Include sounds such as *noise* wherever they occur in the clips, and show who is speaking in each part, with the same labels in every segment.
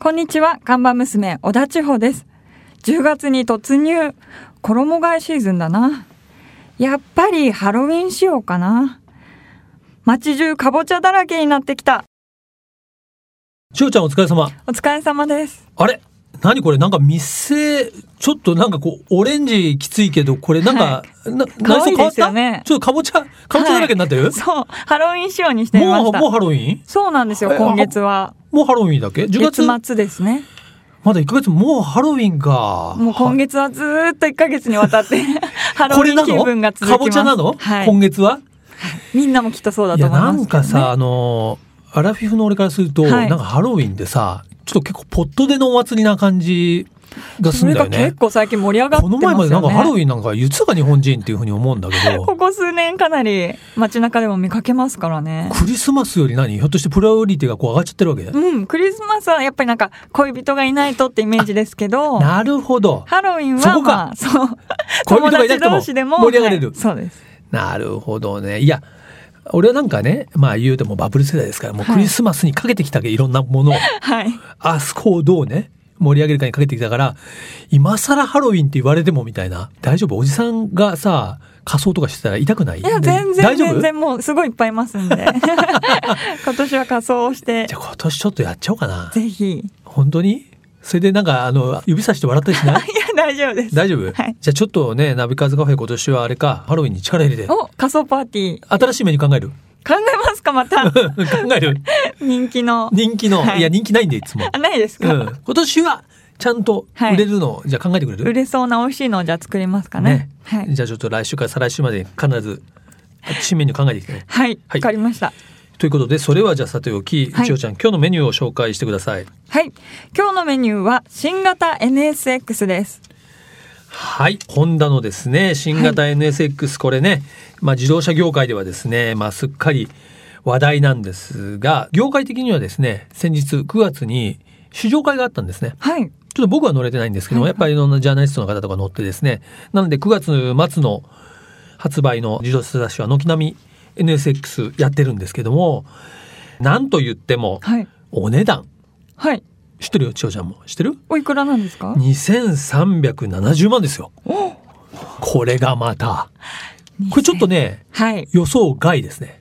Speaker 1: こんにちは、看板娘、小田千穂です。10月に突入。衣替えシーズンだな。やっぱりハロウィン仕様かな。街中かぼちゃだらけになってきた。
Speaker 2: しゅうちゃんお疲れ様。
Speaker 1: お疲れ様です。
Speaker 2: あれ何これなんか店、ちょっとなんかこう、オレンジきついけど、これなんか、な内
Speaker 1: 可愛
Speaker 2: 装
Speaker 1: い
Speaker 2: 変
Speaker 1: で
Speaker 2: わっ
Speaker 1: すよ
Speaker 2: た、
Speaker 1: ね
Speaker 2: ちょっとかぼちゃ、かぼちゃだらけになってる、
Speaker 1: そう、ハロウィン仕様にしてみま
Speaker 2: も
Speaker 1: し
Speaker 2: う、
Speaker 1: た
Speaker 2: もう。ハロウィン
Speaker 1: そうなんですよ、
Speaker 2: え
Speaker 1: 今月は。
Speaker 2: もうハロウィンだっけ ?10 月
Speaker 1: 月末ですね。
Speaker 2: まだ1ヶ月もうハロウィンか。
Speaker 1: もう今
Speaker 2: は
Speaker 1: 月はずーっと1ヶ月にわた
Speaker 2: *laughs*
Speaker 1: って、ハロウ
Speaker 2: これ
Speaker 1: ィ
Speaker 2: な
Speaker 1: ン気分が
Speaker 2: の
Speaker 1: 続きます。
Speaker 2: かぼちゃなの、
Speaker 1: はい
Speaker 2: 今。月は
Speaker 1: みんなもきっとそうだ
Speaker 2: い
Speaker 1: と
Speaker 2: や、
Speaker 1: 思いますけ
Speaker 2: な
Speaker 1: ど、ね。
Speaker 2: んかさ、あのーアラフィフの俺からすると、
Speaker 1: はい
Speaker 2: なんかハロウィンでさ、ちょっと結構ポットでのお祭りな感じがす
Speaker 1: そ
Speaker 2: るん
Speaker 1: れ
Speaker 2: だよ
Speaker 1: が
Speaker 2: ね
Speaker 1: 結。構最近盛り上がって
Speaker 2: こ
Speaker 1: ます
Speaker 2: の
Speaker 1: よね。
Speaker 2: 前までなんかハロウ
Speaker 1: ン。
Speaker 2: ィンなんか言ってたか日本人っていうふうに思うんだけど
Speaker 1: *laughs* こ、こ数年かなり街中でも見かけますからね。
Speaker 2: クリスマスより何ひょっとしてプライオリティがこう上がっちゃってるわけ
Speaker 1: うん、クリスマスはやっぱりなんか恋人がいないとってイメージですけど、ハ
Speaker 2: なるほど。
Speaker 1: ロウィン
Speaker 2: そ
Speaker 1: は
Speaker 2: こか
Speaker 1: まあ、 *laughs* そう、
Speaker 2: 恋人がいなくて
Speaker 1: 友
Speaker 2: も
Speaker 1: 達同士でも
Speaker 2: 盛り上がれる
Speaker 1: はいそうです。
Speaker 2: なるほどね。いや、俺はなんかね、まあ言うてもバブル世代ですから、もう
Speaker 1: はい
Speaker 2: クリスマスにかけてきたわけいろん
Speaker 1: *laughs*
Speaker 2: なものを、
Speaker 1: はい。
Speaker 2: あそこをどうね、盛り上げるかにかけてきたから、今更ハロウィンって言われてもみたいな、大丈夫おじさんがさ、仮装とかしてたら痛くない
Speaker 1: いや、全然、
Speaker 2: 大丈夫
Speaker 1: 全
Speaker 2: じゃ
Speaker 1: 然もうすごいいっぱいいますん *laughs* で。今年は仮装をして、
Speaker 2: あ今年ちょっとやっちゃおうかな。
Speaker 1: ぜひ。い
Speaker 2: 本当にそれでなんか、あの、指さして笑ったりしない
Speaker 1: や、大丈夫です。
Speaker 2: 大丈夫、
Speaker 1: はい
Speaker 2: じゃあちょっとね、ナビカーズカフェ今年はあれか、ハロウィンに力入れて、
Speaker 1: お、仮装パーティー。
Speaker 2: 新しいメニュー考える *laughs*
Speaker 1: 考えますか、ま *laughs* た。
Speaker 2: 考える
Speaker 1: 人気の。
Speaker 2: 人気の、、
Speaker 1: はいい
Speaker 2: や、人気ないんで、いつも
Speaker 1: あ。ないです
Speaker 2: う
Speaker 1: か、
Speaker 2: ん。今年は、ちゃんと売れるのを、じゃあ考えてくれる
Speaker 1: 売れそうな美味しいのをじゃあ作りますかね。
Speaker 2: ね
Speaker 1: はい。
Speaker 2: じゃあちょっと来週から再来週まで必ず、新メニュー考えてきてね。
Speaker 1: はい。
Speaker 2: は
Speaker 1: わ
Speaker 2: い
Speaker 1: かりました。
Speaker 2: ということで、それはじゃあさておき、
Speaker 1: はい
Speaker 2: 千代ちゃん、今日のメニューを紹介してください。
Speaker 1: はい。今日のメニューは新型 NSX です。
Speaker 2: はい。ホンダのですね、新型 NSX、これね、まあ自動車業界ではですね、まあすっかり話題なんですが、業界的にはですね、先日9月に試乗会があったんですね。
Speaker 1: はい。
Speaker 2: ちょっと僕は乗れてないんですけども、
Speaker 1: はい
Speaker 2: やっぱりいろんなジャーナリストの方とか乗ってですね、なので9月末の発売の自動車雑誌は軒並み NSX やってるんですけども、なんと言っても
Speaker 1: はい。
Speaker 2: お値段、
Speaker 1: はい。
Speaker 2: 知ってるよ、千代ちゃんも。知ってる
Speaker 1: おいくらなんですか
Speaker 2: ?2370 万ですよ。これがまた。これちょっと
Speaker 1: ね。
Speaker 2: ね、
Speaker 1: はい。
Speaker 2: 予想外ですね。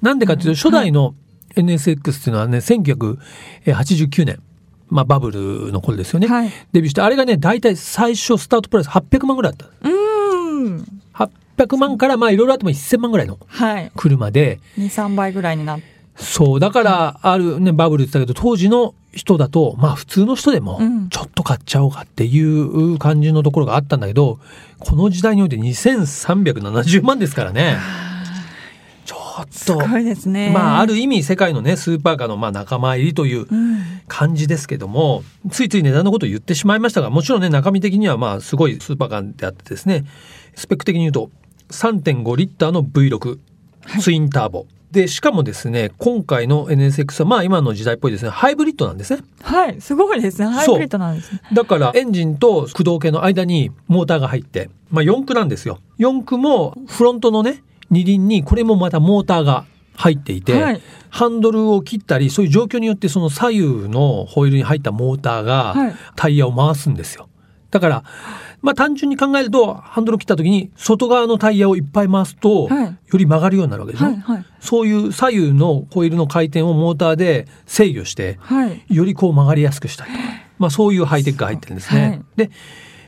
Speaker 2: なんでかっていうと、初代の NSX っていうのはね、1989年、まあバブルの頃ですよね。
Speaker 1: はい。
Speaker 2: デビューして、あれがね、大体最初スタートプライス800万ぐらいあっ
Speaker 1: うーん。
Speaker 2: た。800万からまあいろいろあっても1000万ぐらいの
Speaker 1: はい。
Speaker 2: 車で、
Speaker 1: 2、3倍ぐらいになって。
Speaker 2: そう、だからあるね、バブルって言ったけど、当時の人だと、まあ普通の人でも
Speaker 1: うん、
Speaker 2: ちょっと買っちゃおうかっていう感じのところがあったんだけど、この時代において2370万ですからね。ちょっ
Speaker 1: す
Speaker 2: と、
Speaker 1: ごいですね。
Speaker 2: まあある意味世界のね、スーパーカーのまあ仲間入りという
Speaker 1: うん。
Speaker 2: 感じですけどもついつい値段のことを言ってしまいましたがもちろんね中身的にはまあすごいスーパーカーであってですねスペック的に言うと3.5リッターの V6 ツインターボ、でしかもですね今回の NSX はまあ今の時代っぽいですねハイブリッドなんですね
Speaker 1: はい。すごいですね。ハイブリッドなんですね。
Speaker 2: だからエンジンと駆動系の間にモーターが入って、まあ、4駆なんですよ4駆もフロントのね二輪にこれもまたモーターが入っていて、
Speaker 1: はい。
Speaker 2: ハンドルを切ったりそういう状況によってその左右のホイールに入ったモーターが
Speaker 1: はい
Speaker 2: タイヤを回すんですよ。だから、まあ、単純に考えるとハンドルを切った時に外側のタイヤをいっぱい回すと、
Speaker 1: はい
Speaker 2: より曲がるようになるわけでしょ、
Speaker 1: はい。はい。
Speaker 2: そういう左右のホイールの回転をモーターで制御して
Speaker 1: はい。
Speaker 2: よりこう曲がりやすくしたりとか、まあ、そういうハイテクが入ってるんですね。
Speaker 1: はい
Speaker 2: で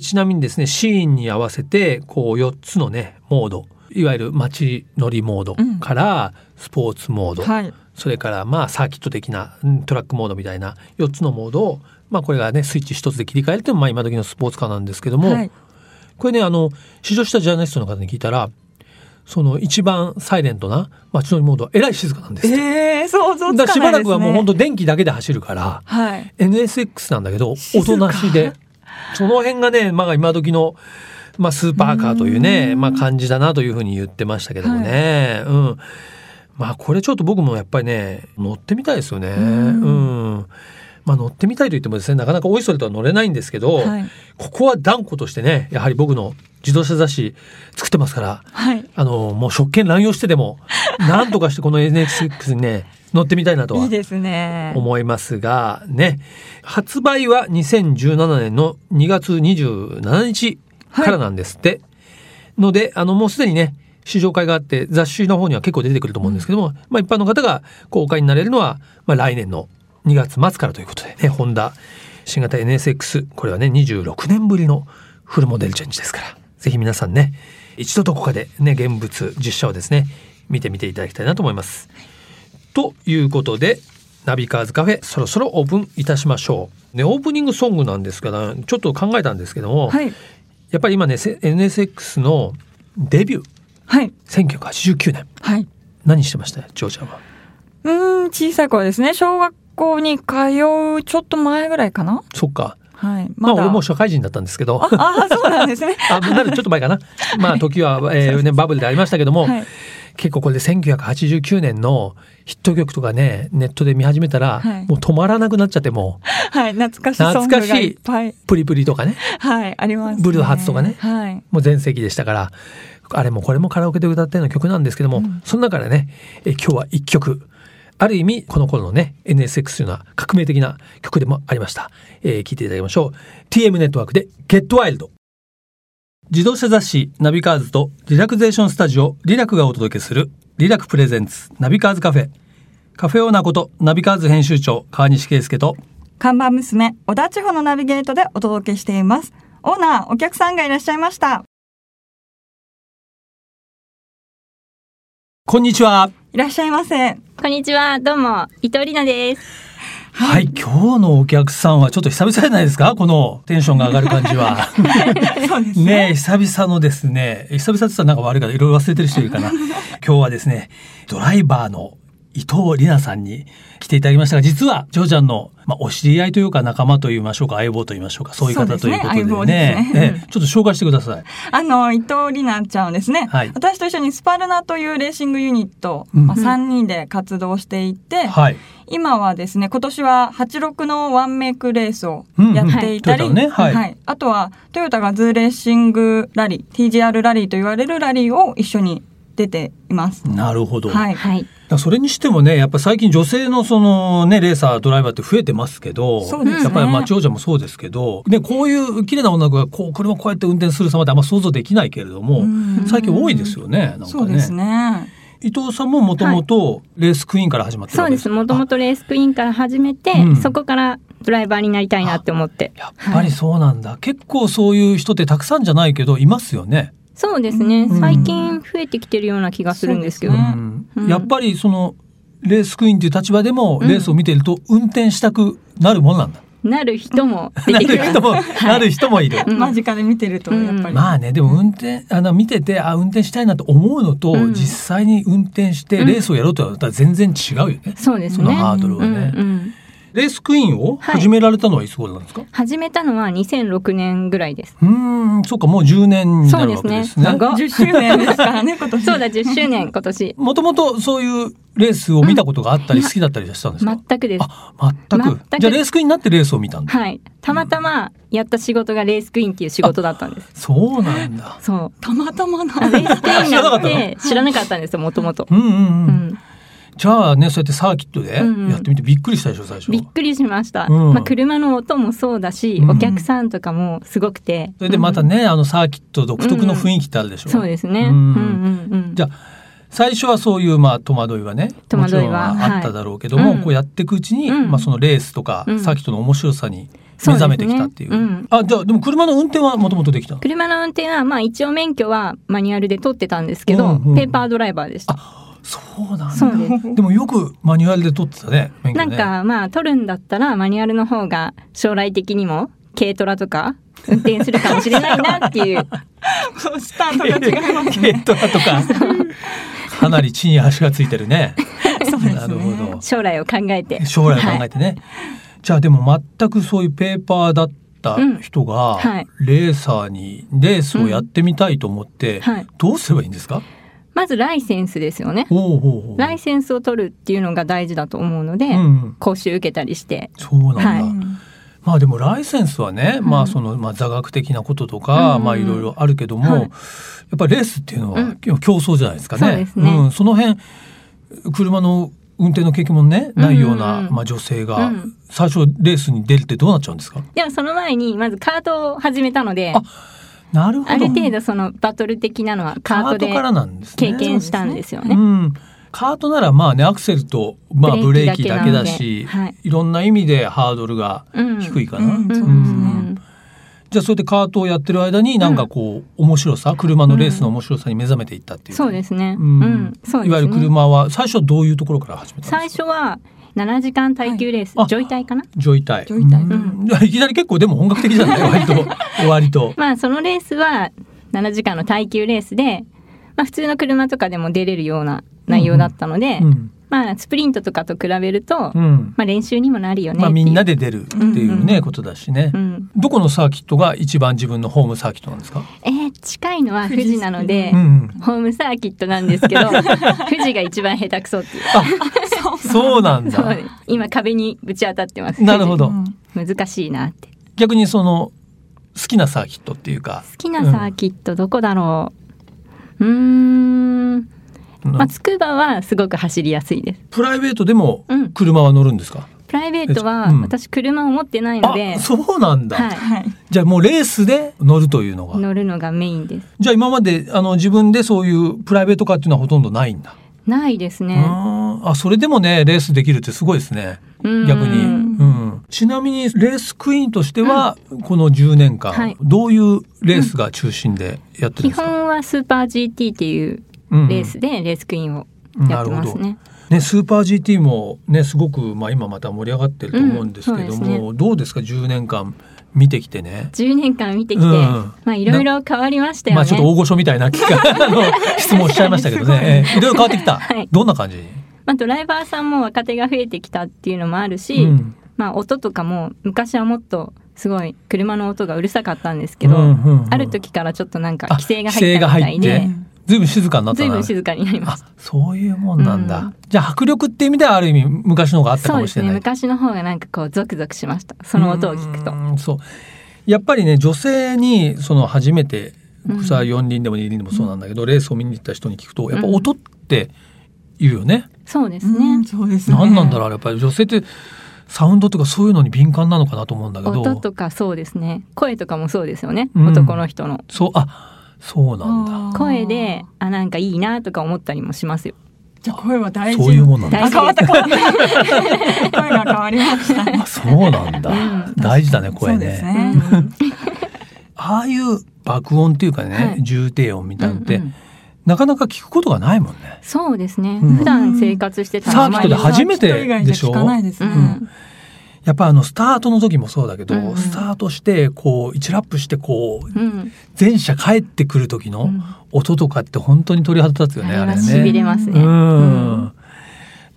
Speaker 2: ちなみにですねシーンに合わせてこう4つのねモードいわゆる街乗りモード
Speaker 1: うん
Speaker 2: からスポーツモード、
Speaker 1: はい。
Speaker 2: それからまあサーキット的なうんトラックモードみたいな4つのモードを、まあ、これがねスイッチ1つで切り替えるというのがまあ今時のスポーツカーなんですけども、
Speaker 1: はい。
Speaker 2: これねあの試乗したジャーナリストの方に聞いたらその一番サイレントな街乗りモードはえらい静かなんですって
Speaker 1: ええー、想像つかないです、ね。
Speaker 2: だからしばらくはもう本当電気だけで走るから
Speaker 1: はい。
Speaker 2: NSX なんだけど
Speaker 1: 静
Speaker 2: お
Speaker 1: か
Speaker 2: となしでその辺がね、まあ、今時のまあ、スーパーカーというね
Speaker 1: うん
Speaker 2: まあ、感じだなというふうに言ってましたけどもね、うんまあこれちょっと僕もやっぱりね乗ってみたいですよね。う
Speaker 1: うん
Speaker 2: んまあ、乗ってみたいと言ってもですねなかなかおいそれとは乗れないんですけど、
Speaker 1: はい
Speaker 2: ここは断固としてねやはり僕の自動車雑誌作ってますから
Speaker 1: はい。
Speaker 2: あのもう職権乱用してで
Speaker 1: *laughs*
Speaker 2: もなんとかしてこの NX6 にね乗ってみたいなと
Speaker 1: い
Speaker 2: はい
Speaker 1: ですね。
Speaker 2: 思いますがね発売は2017年の2月27日からなんですって、のであのもうすでにね試乗会があって雑誌の方には結構出てくると思うんですけども、まあ、一般の方が公開になれるのは、まあ、来年の2月末からということでねホンダ新型 NSX これはね26年ぶりのフルモデルチェンジですからぜひ皆さんね一度どこかでね現物実写をですね見てみていただきたいなと思います。ということでナビカーズカフェそろそろオープンいたしましょう。ねオープニングソングなんですがちょっと考えたんですけども、
Speaker 1: はい。
Speaker 2: やっぱり今ねせ NSX のデビュー
Speaker 1: はい。
Speaker 2: 1989年
Speaker 1: はい。
Speaker 2: 何してましたジョーちゃんは
Speaker 1: うーん、小さい頃ですね。小学校に通うちょっと前ぐらいかな。
Speaker 2: そっか
Speaker 1: はい。
Speaker 2: まあ
Speaker 1: だ
Speaker 2: 俺もう社会人だったんですけど
Speaker 1: あ、 *laughs* あー、そうなんですね。
Speaker 2: あなるちょっと前
Speaker 1: *laughs*
Speaker 2: かなまあ時は、えーね、バブルでありましたけども、
Speaker 1: はい。
Speaker 2: 結構これで1989年のヒット曲とかねネットで見始めたら、
Speaker 1: はい
Speaker 2: もう止まらなくなっちゃっても
Speaker 1: はい。懐かしいソングがいっぱい。
Speaker 2: うプリプリとかね
Speaker 1: はい。あります、ね。
Speaker 2: ブルーハーツとかね
Speaker 1: はい。
Speaker 2: もう全盛期でしたからあれもこれもカラオケで歌ったような曲なんですけども、その中でねえ今日は1曲ある意味この頃のね NSX というのは革命的な曲でもありました、えー、聞いていただきましょう TM ネットワークで「Get Wild」自動車雑誌ナビカーズとリラクゼーションスタジオリラクがお届けするリラクプレゼンツナビカーズカフェカフェオーナーことナビカーズ編集長川西圭介と
Speaker 1: 看板娘、小田地方のナビゲートでお届けしています。オーナー、お客さんがいらっしゃいました。
Speaker 2: こんにちは、
Speaker 1: いらっしゃいま *laughs* せ。
Speaker 3: こんにちは、どうも、伊藤里奈です。
Speaker 2: はい、今日のお客さんはちょっと久々じゃないですかこのテンションが上がる感じは。
Speaker 1: *laughs* そうです
Speaker 2: ねえ、久々のですね、久々って言ったらなんか悪いからいろいろ忘れてる人い
Speaker 1: *laughs*
Speaker 2: るかな。今日はですね、ドライバーの伊藤里奈さんに来ていただきましたが、実は、ジョーちゃんの、まあ、お知り合いというか仲間と言いましょうか、相棒と言いましょうか、そういう
Speaker 1: そう
Speaker 2: 方
Speaker 1: です
Speaker 2: という
Speaker 1: ね
Speaker 2: ことでね。
Speaker 1: 相棒ですね
Speaker 2: ええちょっと紹介してください。
Speaker 1: あの伊藤里奈ちゃんはですね、
Speaker 2: はい
Speaker 1: 私と一緒にスパルナというレーシングユニット、
Speaker 2: うん
Speaker 1: まあ、3人で活動していて、
Speaker 2: はい。
Speaker 1: 今はですね今年は86のワンメイクレースをやっていたり、
Speaker 2: うんうんはいトヨタのねはい
Speaker 1: あとはトヨタがズーレーシングラリー TGR ラリーと言われるラリーを一緒に出ています。
Speaker 2: なるほど。
Speaker 1: はい、
Speaker 3: はい。
Speaker 2: それにしてもね、やっぱ最近女性のそのね、レーサー、ドライバーって増えてますけど、
Speaker 1: そうですね
Speaker 2: やっぱりまあ、長者もそうですけど、ね、こういう綺麗な女の子がこう、車をこうやって運転する様ってあんま想像できないけれども、
Speaker 1: うん
Speaker 2: 最近多いですよね、なんかね。
Speaker 1: そうですね
Speaker 2: 伊藤さんももともとレースクイーンから始まってる
Speaker 3: そ
Speaker 2: わ
Speaker 3: う
Speaker 2: け
Speaker 3: で
Speaker 2: です
Speaker 3: す。
Speaker 2: か
Speaker 3: もともとレースクイーンから始めて、
Speaker 2: うん
Speaker 3: そこからドライバーになりたいなって思って。
Speaker 2: あやっぱりそうなんだ、結構そういう人ってたくさんじゃないけどいますよね。
Speaker 3: そうですね
Speaker 1: うん。
Speaker 3: 最近増えてきてるような気がするんですよ。
Speaker 1: そうですね
Speaker 3: うん
Speaker 2: やっぱりそのレースクイーンという立場でも
Speaker 3: うん
Speaker 2: レースを見ていると運転したくなるものなんだ。
Speaker 3: なる人も出
Speaker 2: な
Speaker 3: てく
Speaker 2: る
Speaker 3: る。
Speaker 2: 人も、なる人もいる。
Speaker 3: うん
Speaker 1: 間近で見てるとやっぱり、
Speaker 3: う
Speaker 2: *laughs*
Speaker 3: ん
Speaker 2: まあねでも運転あの見ててあ運転したいなと思うのと、
Speaker 3: うん
Speaker 2: 実際に運転して
Speaker 3: うん
Speaker 2: レースをやろうとはまた全然違うよね、
Speaker 3: そうです
Speaker 2: そ
Speaker 3: ね
Speaker 2: の。ハードル
Speaker 3: う
Speaker 2: は
Speaker 3: ん
Speaker 2: ね。
Speaker 3: うん。
Speaker 2: レースクイーンを始められたのはいつ頃なんですか、
Speaker 3: 始めたのは2006年ぐらいです。
Speaker 2: うーんそうかもう10年になるわけですね。
Speaker 3: そうですね長っ
Speaker 1: 10周年ですから
Speaker 2: *laughs*
Speaker 1: ね今年
Speaker 3: そうだ、10周 *laughs* 年今年。
Speaker 2: もともとそういうレースを見たことがあったり
Speaker 3: うん
Speaker 2: 好きだったりしたんですか、
Speaker 3: 全くです。
Speaker 2: あ全く
Speaker 3: 全く
Speaker 2: じゃあレースクイーンになってレースを見たんだ
Speaker 3: はい。たまたまやった仕事がレースクイーンっていう仕事だったんです。
Speaker 2: そうなんだ
Speaker 3: *laughs* そう。
Speaker 1: たまたま
Speaker 3: レ
Speaker 1: な
Speaker 3: ースクイーンになっ
Speaker 2: 知らなか
Speaker 3: て知らなかったんですよ、もともと。
Speaker 2: うんうんう、
Speaker 3: うんん。
Speaker 2: じゃあねそうやってサーキットでや
Speaker 3: うんうん
Speaker 2: ってみてびっくりしたでしょ最初、
Speaker 3: びっくりしました、
Speaker 2: うん
Speaker 3: まあ、車の音もそうだし、
Speaker 2: うん
Speaker 3: お客さんとかもすごくて
Speaker 2: それでまたね、あのサーキット独特の雰囲気ってあるでしょ、
Speaker 3: そうです
Speaker 2: う
Speaker 3: ね、うんんうんうん、
Speaker 2: じゃあ最初はそういうまあ戸惑いはね
Speaker 3: 戸惑いは
Speaker 2: もちろんあっただろうけども、
Speaker 3: はいうん
Speaker 2: こうやっていくうちに、
Speaker 3: うん
Speaker 2: まあ、そのレースとか、
Speaker 3: うん
Speaker 2: サーキットの面白さに目
Speaker 3: そうです
Speaker 2: 覚
Speaker 3: ね
Speaker 2: めてきたっていう
Speaker 3: うん
Speaker 2: あじゃあでも車の運転はもともとできたの
Speaker 3: 車の運転はまあ一応免許はマニュアルで取ってたんですけど、
Speaker 2: うんうん
Speaker 3: ペーパードライバーでした
Speaker 2: そうなん
Speaker 3: そ
Speaker 2: だ
Speaker 3: うです
Speaker 2: でもよくマニュアルで撮ってたね免許
Speaker 3: なん
Speaker 2: ね
Speaker 3: かまあ取るんだったらマニュアルの方が将来的にも軽トラ
Speaker 2: *laughs*
Speaker 3: とか運転するかもしれないなっていう
Speaker 1: スタートが違い
Speaker 2: *laughs*
Speaker 1: ますね
Speaker 2: 軽トラと
Speaker 3: *laughs*
Speaker 2: かかなり地に足がついてるね
Speaker 1: そうですね
Speaker 2: なるほど
Speaker 3: 将来を考えて
Speaker 2: 将来を考
Speaker 3: は
Speaker 2: え
Speaker 3: い
Speaker 2: てね、じゃあでも全くそういうペーパーだった人が、
Speaker 3: んはい
Speaker 2: レーサーにレースをやってみたいと思って、
Speaker 3: はい
Speaker 2: どうすればいいんですか、
Speaker 3: まずライセンスですよね。
Speaker 2: おうおうおう
Speaker 3: ライセンスを取るっていうのが大事だと思うので、
Speaker 2: うん、
Speaker 3: 講習受けたりして、
Speaker 2: そうなんだ、
Speaker 3: はい
Speaker 2: まあでもライセンスはね、
Speaker 3: うん
Speaker 2: まあそのまあ座学的なこととか、
Speaker 3: うん
Speaker 2: まあいろいろあるけども、
Speaker 3: はい
Speaker 2: やっぱりレースっていうのは、
Speaker 3: うん
Speaker 2: 競争じゃないですかね。
Speaker 3: そうですね
Speaker 2: ん、その辺車の運転の経験もねないような、
Speaker 3: うんうん
Speaker 2: まあ女性が、
Speaker 3: うん
Speaker 2: 最初レースに出るってどうなっちゃうんですか。
Speaker 3: でもその前にまずカートを始めたので
Speaker 2: あ、なるほど。
Speaker 3: ある程度そのバトル的なのはカートで
Speaker 2: からなんですね。
Speaker 3: 経験したんですよね。
Speaker 2: うん。カートならまあねアクセルとまあブレーキだけだし、、
Speaker 3: はい
Speaker 2: ろんな意味でハードルが
Speaker 3: うん
Speaker 2: 低いかな。
Speaker 1: うんそう
Speaker 3: うん
Speaker 2: ですね
Speaker 3: ん
Speaker 2: じゃあそうやってカートをやってる間になんかこう、面白さ車のレースの面白さに目覚めていったっていう、
Speaker 3: そうですね。う
Speaker 2: うん
Speaker 3: ん、そうですね。
Speaker 2: いわゆる車は最初はどういうところから始めたんですか
Speaker 3: 最初は7時間耐久レース、
Speaker 2: はいあ
Speaker 3: ジョイタイかな
Speaker 2: ジョイタイ
Speaker 1: ジョイタイ
Speaker 2: うんいきなり結構でも本格的じゃ
Speaker 3: *laughs*
Speaker 2: ない割と割と
Speaker 3: まあそのレースは7時間の耐久レースで、まあ、普通の車とかでも出れるような内容だったので、
Speaker 2: うん、
Speaker 3: まあスプリントとかと比べると、
Speaker 2: うん
Speaker 3: まあ練習にもなるよね
Speaker 2: まあ
Speaker 3: ってい
Speaker 2: み
Speaker 3: うん
Speaker 2: なで出るっていうね、
Speaker 3: うん
Speaker 2: ことだしね、
Speaker 3: うん、
Speaker 2: どこのサーキットが一番自分のホームサーキットなんですか、
Speaker 3: えー近いのは富士なので
Speaker 2: う、ん、
Speaker 3: ホームサーキットなんですけ
Speaker 2: *laughs*
Speaker 3: ど富士が一番下手くそっていう
Speaker 2: そうなん
Speaker 3: *laughs* そ
Speaker 2: だ
Speaker 3: う今壁にぶち当たってます
Speaker 2: なるほど
Speaker 1: うん
Speaker 3: 富士難しいなって
Speaker 2: 逆にその好きなサーキットっていうか
Speaker 3: 好きなサーキットどこだろううーんまあ、つくばはすごく走りやすいです。
Speaker 2: プライベートでも
Speaker 3: うん
Speaker 2: 車は乗るんですか、
Speaker 3: プライベートは
Speaker 2: うん
Speaker 3: 私車を持ってないので
Speaker 2: あ、そうなんだ、
Speaker 3: は
Speaker 1: はい。
Speaker 2: じゃあもうレースで乗るというのが
Speaker 3: い、乗るのがメインです。
Speaker 2: じゃあ今まであの自分でそういうプライベートカーっていうのはほとんどないんだ。
Speaker 3: ないです
Speaker 2: うー
Speaker 3: ね。
Speaker 2: んあそれでもねレースできるってすごいですね
Speaker 3: うん
Speaker 2: 逆に、うん。ちなみにレースクイーンとしては、この10年間、
Speaker 3: はい
Speaker 2: どういうレースが中心でやってるんです
Speaker 3: 基
Speaker 2: か、
Speaker 3: 本はスーパー GT っていう
Speaker 2: うんうん
Speaker 3: レースでレースクイーンを
Speaker 2: うん
Speaker 3: やってます
Speaker 2: なる
Speaker 3: ね。
Speaker 2: ほどねスーパー GT もねすごく、まあ、今また盛り上がってると思うんですけど
Speaker 3: うんそうです
Speaker 2: も、どうですか10年間見てきてね。
Speaker 3: 10年間見てきて、
Speaker 2: うん
Speaker 3: まあいろいろ変わりましたよね。
Speaker 2: まあちょっと大御所みたいな聞
Speaker 3: *laughs*
Speaker 2: かあの質問しちゃいましたけどね、ええいろいろ変わってきた、
Speaker 3: はい
Speaker 2: どんな感じ、
Speaker 3: まあドライバーさんも若手が増えてきたっていうのもあるし、
Speaker 2: うん
Speaker 3: まあ音とかも昔はもっとすごい車の音がうるさかったんですけど、
Speaker 2: うんうんうん
Speaker 3: ある時からちょっとなんか
Speaker 2: あ
Speaker 3: 規制が入ったみたい
Speaker 2: 規制が入っ、
Speaker 3: で
Speaker 2: ずいぶん静か
Speaker 3: *laughs*
Speaker 2: になった
Speaker 3: ずい
Speaker 2: な
Speaker 3: ぶん静かになりました
Speaker 2: あそういうもんなんだ、
Speaker 3: うん
Speaker 2: じゃあ迫力って意味ではある意味昔の方があった
Speaker 3: そ
Speaker 2: か
Speaker 3: う
Speaker 2: も
Speaker 3: で
Speaker 2: し
Speaker 3: す
Speaker 2: れ
Speaker 3: ね
Speaker 2: ない
Speaker 3: 昔の方がなんかこうゾクゾクしましたその音を聞くと
Speaker 2: うーんそうやっぱりね女性にその初めて
Speaker 3: うん
Speaker 2: さあ4輪でも2輪でもそうなんだけど、レースを見に行った人に聞くとやっぱ
Speaker 3: うん
Speaker 2: 音っているよね、
Speaker 3: そうです
Speaker 1: う
Speaker 3: ね
Speaker 1: んそうですね。
Speaker 2: 何なんだろうやっぱり女性ってサウンドとかそういうのに敏感なのかなと思うんだけど
Speaker 3: 音とかそうですね声とかもそうですよね、
Speaker 2: うん
Speaker 3: 男の人の
Speaker 2: そうあそうなんだ
Speaker 1: あー
Speaker 3: 声であなんかいいなとか思ったりもしますよ
Speaker 1: じゃあ声は大事。
Speaker 2: そういうもんなんだ
Speaker 1: あ変わった変わった。声が変わりました。
Speaker 2: あそうなんだ、
Speaker 3: うん
Speaker 2: 大事だね
Speaker 1: そ
Speaker 2: 声
Speaker 1: う
Speaker 2: ね
Speaker 1: です
Speaker 3: う
Speaker 1: ね。
Speaker 3: ん
Speaker 2: ああいう爆音っていうかね、
Speaker 3: はい
Speaker 2: 重低音みたいなのって、
Speaker 3: うんうん
Speaker 2: なかなか聞くことがないもんね。
Speaker 3: そうですね、
Speaker 2: うん
Speaker 3: 普段生活してたら
Speaker 2: サ
Speaker 3: あ
Speaker 2: ーキ
Speaker 3: ま
Speaker 2: ット
Speaker 3: り
Speaker 2: で初めて
Speaker 1: 人以外じゃ聞かないです
Speaker 3: う
Speaker 1: ね。
Speaker 3: ん
Speaker 2: やっぱあのスタートの時もそうだけど、
Speaker 3: うんうん
Speaker 2: スタートしてこう1ラップしてこう
Speaker 3: うん
Speaker 2: 全車帰ってくる時
Speaker 3: う
Speaker 2: の
Speaker 3: ん
Speaker 2: 音とかって本当に鳥肌立つよ
Speaker 3: あ
Speaker 2: ね、
Speaker 3: れ
Speaker 2: あ
Speaker 3: は
Speaker 2: れ
Speaker 3: し
Speaker 2: ね。
Speaker 3: びれます
Speaker 2: う
Speaker 3: ね、
Speaker 2: ん、
Speaker 3: う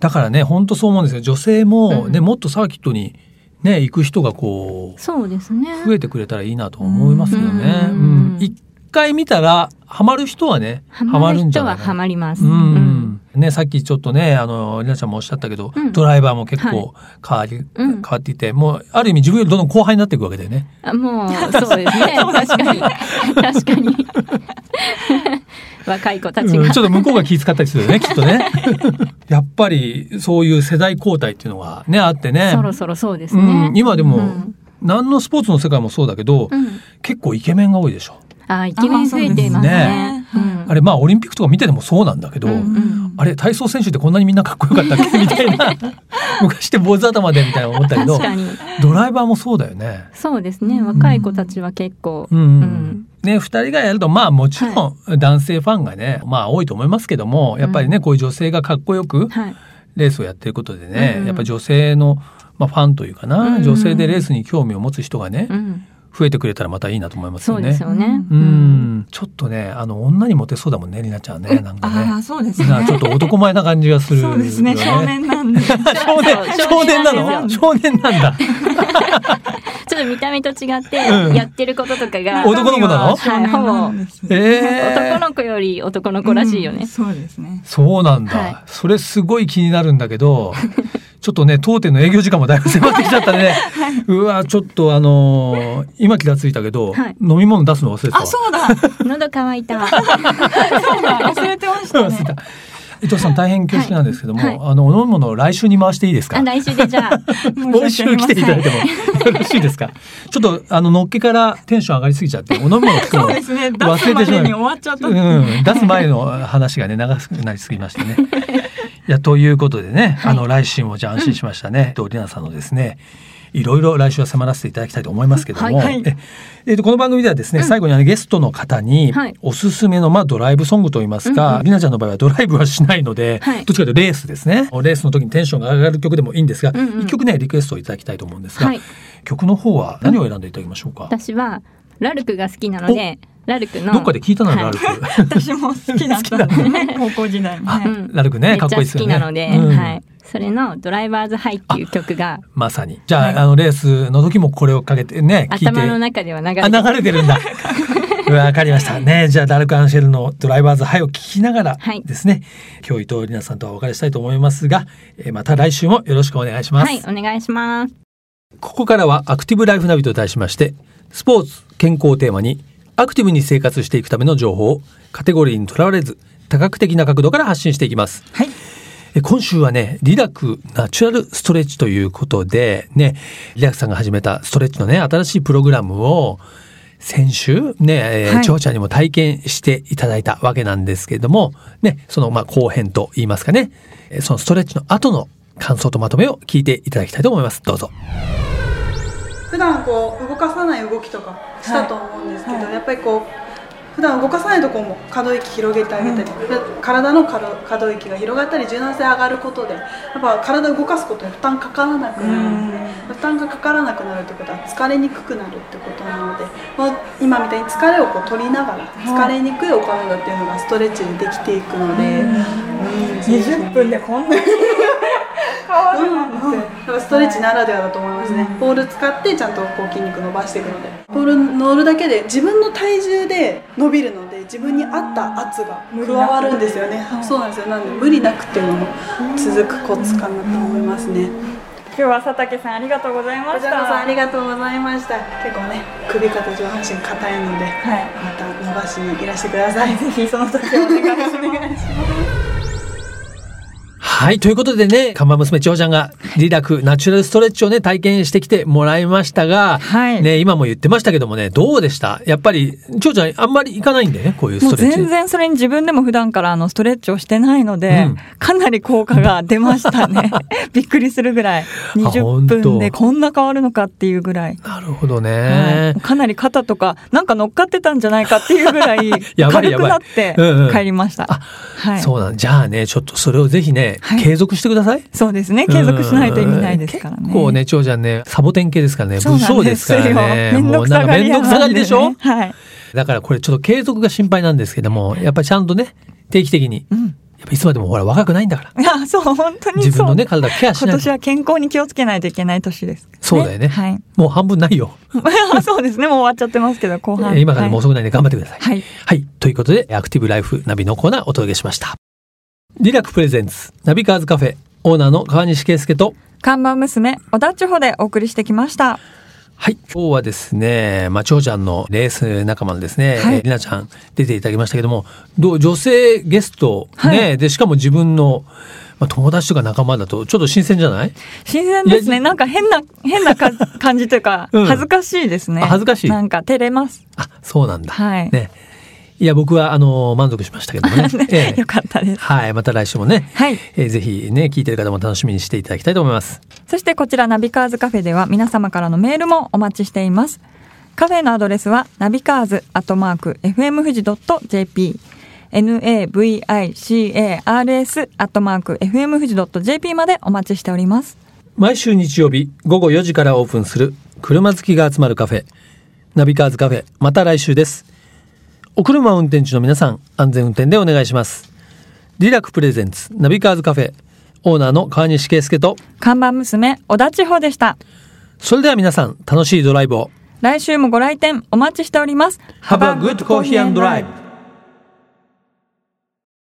Speaker 2: だからね本当そう思うんですよ女性も、
Speaker 3: うん
Speaker 2: ねもっとサーキットに、ね、行く人がこう
Speaker 3: そうですね
Speaker 2: 増えてくれたらいいなと思いますよね。う
Speaker 3: うんん
Speaker 2: 一回見たらハマる人はねハマ
Speaker 3: ハマ
Speaker 2: る
Speaker 3: る
Speaker 2: んじゃ
Speaker 3: 人
Speaker 2: ない
Speaker 3: は
Speaker 2: か
Speaker 3: ハ
Speaker 2: な
Speaker 3: マります、
Speaker 2: うんね、さっきちょっとねあのりなちゃんもおっしゃったけど、
Speaker 3: うん
Speaker 2: ドライバーも結構
Speaker 3: は
Speaker 2: 変わり、
Speaker 3: うん
Speaker 2: 変わっていてもうある意味自分よりどんどん後輩になっていくわけだよね。
Speaker 3: あもうそう
Speaker 2: *laughs*
Speaker 3: ですね確かに確かに若い子たちが、
Speaker 2: うんちょっと向こうが気遣ったりするよねきっと
Speaker 3: *laughs*
Speaker 2: ね。やっぱりそういう世代交代っていうのがねあってね
Speaker 3: そろそろそうです
Speaker 2: う
Speaker 3: ね
Speaker 2: ん、。今でも、
Speaker 3: うん
Speaker 2: 何のスポーツの世界もそうだけど、
Speaker 3: うん
Speaker 2: 結構イケメンが多いでしょ。
Speaker 3: あイケメン増えていますね。
Speaker 1: あそうですね
Speaker 2: あれまあオリンピックとか見ててもそうなんだけど、
Speaker 3: うん
Speaker 2: あれ体操選手ってこんなにみんなかっこよかったっけみたいな昔って坊主頭でみたいな思ったけど
Speaker 3: 確かに
Speaker 2: ドライバーもそうだよね。
Speaker 3: そうですね。若い子たちは結構、
Speaker 2: うん
Speaker 3: うん
Speaker 2: ね、2人がやるとまあもちろん男性ファンがね、まあ多いと思いますけどもやっぱりねこういう女性がかっこよく
Speaker 3: はい
Speaker 2: レースをやってることでね、
Speaker 3: うん
Speaker 2: やっぱ女性の、まあ、ファンというかな、
Speaker 3: うん
Speaker 2: 女性でレースに興味を持つ人がね
Speaker 3: うん
Speaker 2: 増えてくれたらまたいいなと思います
Speaker 3: そ
Speaker 2: よ
Speaker 3: うで
Speaker 2: ね
Speaker 3: す。よね。
Speaker 2: う
Speaker 1: うん
Speaker 2: ん、ちょっとね、あの女にモテそうだもんね、りなちゃんね、なんか
Speaker 1: あ
Speaker 2: ね。
Speaker 1: あ、そうですね。
Speaker 2: なちょっと男前な感じがするよ、
Speaker 1: そうですね。少年なん
Speaker 3: *laughs*
Speaker 1: で。
Speaker 2: 少年、
Speaker 3: そう
Speaker 2: 少年な
Speaker 1: 少
Speaker 2: の
Speaker 1: 年
Speaker 2: 少年なんだ。
Speaker 3: ちょっと見た目と違って
Speaker 2: うん
Speaker 3: やってることとかが、
Speaker 2: お男の子なの
Speaker 1: 中身は少年なんですね
Speaker 2: え
Speaker 3: 男
Speaker 2: え
Speaker 3: の子より男の子らしいよ
Speaker 1: うん
Speaker 3: ね。
Speaker 1: そうですね。
Speaker 2: そうなんだ、
Speaker 3: はい
Speaker 2: それすごい気になるんだけ
Speaker 3: *laughs*
Speaker 2: ど、ちょっとね、当店の営業時間もだいぶ迫ってきちゃったね。うわ、ちょっとあのー今気がついたけど、
Speaker 3: はい
Speaker 2: 飲み物出すの忘れてたわ。
Speaker 1: あ、そうだ。そ
Speaker 3: 喉乾いた。
Speaker 1: うだ。忘れてましたね。
Speaker 2: 伊藤さん大変恐縮なんですけども、
Speaker 3: はいは
Speaker 2: あのお飲み物を来週に回していいですか
Speaker 3: あ来週でじゃあ。
Speaker 2: *laughs* 今週来ていただいてもよろしいですかちょっとあののっけからテンション上がりすぎちゃってお飲み物聞くの
Speaker 1: そうですね。出
Speaker 2: 忘
Speaker 1: す
Speaker 2: れて
Speaker 1: ま
Speaker 2: しま
Speaker 1: で
Speaker 2: う
Speaker 1: に終わっちゃった。
Speaker 2: うん、出す前の話がね *laughs* 長くなりすぎましたね。いやということでね、あの来週もじゃあ安心しましたね。とりなさんのですねいろいろ来週は迫らせていただきたいと思いますけども、
Speaker 3: はい
Speaker 1: はい
Speaker 2: ええっとこの番組ではですね、最後にあのゲストの方に
Speaker 3: はい
Speaker 2: おすすめの、まあ、ドライブソングといいますか、りなちゃんの場合はドライブはしないので、
Speaker 3: はい
Speaker 2: どっちかというとレースですねレースの時にテンションが上がる曲でもいいんですが、
Speaker 3: うんうん
Speaker 2: 一曲ねリクエストをいただきたいと思うんですが、
Speaker 3: はい
Speaker 2: 曲の方は何を選んでいただきましょうか、
Speaker 3: 私はラルクが好きなので、ラルクの。
Speaker 2: どっかで聞いたなら、ラ
Speaker 3: は
Speaker 2: ルク。
Speaker 1: 私も好きだったん
Speaker 2: *laughs*
Speaker 1: でね。高校時代も
Speaker 2: あ
Speaker 1: ね。
Speaker 3: うん
Speaker 2: ラルクね、
Speaker 3: め
Speaker 2: か
Speaker 3: っ
Speaker 2: っ
Speaker 3: ちゃ
Speaker 2: こいい
Speaker 3: 好
Speaker 2: ですよ
Speaker 3: き
Speaker 2: ね。
Speaker 3: なので、
Speaker 2: うん
Speaker 3: はい。それのドライバーズハイっていう曲が
Speaker 2: *laughs* まさに。じゃあ、
Speaker 1: はい
Speaker 2: あの、レースの時もこれをかけてね、聞いて。
Speaker 3: 頭の中では流れて
Speaker 2: あ、流れてるん
Speaker 3: *laughs*
Speaker 2: だ。わかりました。ね、じゃあ、ダルク・アンシェルのドライバーズハイを聞きながら
Speaker 3: はい
Speaker 2: ですね、今日伊藤里奈さんとはお別れしたいと思いますが、えーまた来週もよろしくお願いします。
Speaker 3: はい、お願いします。
Speaker 2: ここからはアクティブライフナビと題しまして、スポーツ、健康をテーマに、アクティブに生活していくための情報をカテゴリーにとらわれず、多角的な角度から発信していきます。
Speaker 1: はい。
Speaker 2: え今週はね、リラクナチュラルストレッチということで、ね、リラクさんが始めたストレッチのね、新しいプログラムを、先週ね、えー
Speaker 1: はい
Speaker 2: ちほちゃんにも体験していただいたわけなんですけれども、ね、そのまあ後編と言いますかね、えーそのストレッチの後の感想とまとめを聞いていただきたいと思います。どうぞ。
Speaker 4: 普段こう動かさない動きとかしたと思うんですけど、
Speaker 1: はいはい
Speaker 4: やっぱりこう普段動かさないところも可動域広げてあげたり、体の可動可動域が広がったり柔軟性上がることでやっぱ体を動かすことに負担かからなくなるので負担がかからなくなるってことは疲れにくくなるってことなので、まあ、今みたいに疲れをこう取りながら疲れにくいお体っていうのがストレッチでできていくので。うん
Speaker 1: 二十分でこんなに変わるなんて。
Speaker 4: やっぱストレッチならではだと思いますね、ポール使ってちゃんとこう筋肉伸ばしていくのでポール乗るだけで自分の体重で伸びるので自分に合った圧が加わるんですよね、そうなんですよなんで無理なくっていうのも続くコツかなと思いますね、
Speaker 1: 今日は佐竹さんありがとうございま
Speaker 4: お
Speaker 1: し
Speaker 4: じ
Speaker 1: た。
Speaker 4: ゃさんあ
Speaker 1: はい。
Speaker 4: りがとうございました結構ね首肩上半身硬いのでまた伸ばしにいらしてください
Speaker 1: ぜひその時お願いし
Speaker 4: *laughs*
Speaker 1: ます。
Speaker 2: はい。ということでね、看板娘長ちゃんがリラクナチュラルストレッチをね、体験してきてもらいましたが、
Speaker 1: はい
Speaker 2: ね、今も言ってましたけどもね、どうでしたやっぱり、長ちゃんあんまり行かないんだよね、こういうス
Speaker 1: も
Speaker 2: ト
Speaker 1: う
Speaker 2: レッチ。
Speaker 1: 全然それに自分でも普段からあのストレッチをしてないので、
Speaker 2: うん
Speaker 1: かなり効果が出ました
Speaker 2: *laughs*
Speaker 1: ねびっくりするぐらい
Speaker 2: 本
Speaker 1: 20
Speaker 2: 当
Speaker 1: 分でこんな変わるのかっていうぐらい、
Speaker 2: なるほど
Speaker 1: は
Speaker 2: ね
Speaker 1: い。かなり肩とかなんか乗っかってたんじゃないかっていうぐらい
Speaker 2: *laughs* やばい
Speaker 1: 軽くなって
Speaker 2: やばいうんうん
Speaker 1: 帰りました、
Speaker 2: あ
Speaker 1: はい
Speaker 2: そうなんじゃあね、ちょっとそれをぜひね、
Speaker 1: はい
Speaker 2: 継続してください。
Speaker 1: そうですね継続しないと意味ないですから
Speaker 2: うん
Speaker 1: ね
Speaker 2: 結構ね、長ちゃんね、サボテン系ですからね、
Speaker 1: そう
Speaker 2: 武
Speaker 1: な
Speaker 2: 将
Speaker 1: ん
Speaker 2: で
Speaker 1: ですす
Speaker 2: か
Speaker 1: よ
Speaker 2: らね。
Speaker 1: めんどくさがり
Speaker 2: も
Speaker 1: 屋
Speaker 2: うなんかめんどくさ
Speaker 1: な
Speaker 2: が
Speaker 1: ん
Speaker 2: り
Speaker 1: で
Speaker 2: でしょ
Speaker 1: ねはい
Speaker 2: だからこれちょっと継続が心配なんですけども、やっぱりちゃんとね、定期的
Speaker 1: ん
Speaker 2: に。やっぱいつまでもほら若くないんだから。
Speaker 1: あそう本当にそう
Speaker 2: 自分のね、体をケアし
Speaker 1: 今
Speaker 2: ないと
Speaker 1: 年。は健康に気をつけないといけない年です、
Speaker 2: そうだよね。
Speaker 1: はい
Speaker 2: もう半分ないよ。
Speaker 1: *laughs* そうですねもう終わっちゃってますけど後
Speaker 2: え
Speaker 1: 半
Speaker 2: ー今からでも遅くないんで頑張ってください。
Speaker 1: はい
Speaker 2: はい。ということで、アクティブライフナビのコーナーお届けしました。リラックプレゼンツ、ナビカーズカフェ、オーナーの川西圭介と、
Speaker 1: 看板娘小田千穂でお送りしてきました
Speaker 2: はい。今日はですね、まあ、長ちゃんのレース仲間のですね、
Speaker 1: はい
Speaker 2: えーりなちゃん出ていただきましたけども、どう女性ゲスト、ね、
Speaker 1: は
Speaker 2: で、しかも自分の、まあ、友達とか仲間だと、ちょっと新鮮じゃない
Speaker 1: 新鮮です
Speaker 2: いや
Speaker 1: ねなんか変な変な
Speaker 2: *laughs*
Speaker 1: か感じというか、
Speaker 2: うん
Speaker 1: 恥ずかしいですね
Speaker 2: あ恥ずかしい
Speaker 1: なんか照れます
Speaker 2: あ、そうなんだ。
Speaker 1: はい。
Speaker 2: ね。いや、僕は、あの、満足しましたけどもね
Speaker 1: *laughs*
Speaker 2: ええ
Speaker 1: よかったです
Speaker 2: はい。また来週もね、
Speaker 1: はい
Speaker 2: えーぜひね、聞いてる方も楽しみにしていただきたいと思います。
Speaker 1: そしてこちらナビカーズカフェでは皆様からのメールもお待ちしています。カフェのアドレスはナビカーズアットマーク FM 富士 .jp navicars アットマーク FM 富士 .jp までお待ちしております。
Speaker 2: 毎週日曜日午後4時からオープンする車好きが集まるカフェ、ナビカーズカフェまた来週ですお車運転中の皆さん安全運転でお願いしますリラックプレゼンツナビカーズカフェオーナーの川西圭介と
Speaker 1: 看板娘、小田千穂でした。
Speaker 2: それでは皆さん楽しいドライブを
Speaker 1: 来週もご来店お待ちしております。
Speaker 2: Have a good coffee and drive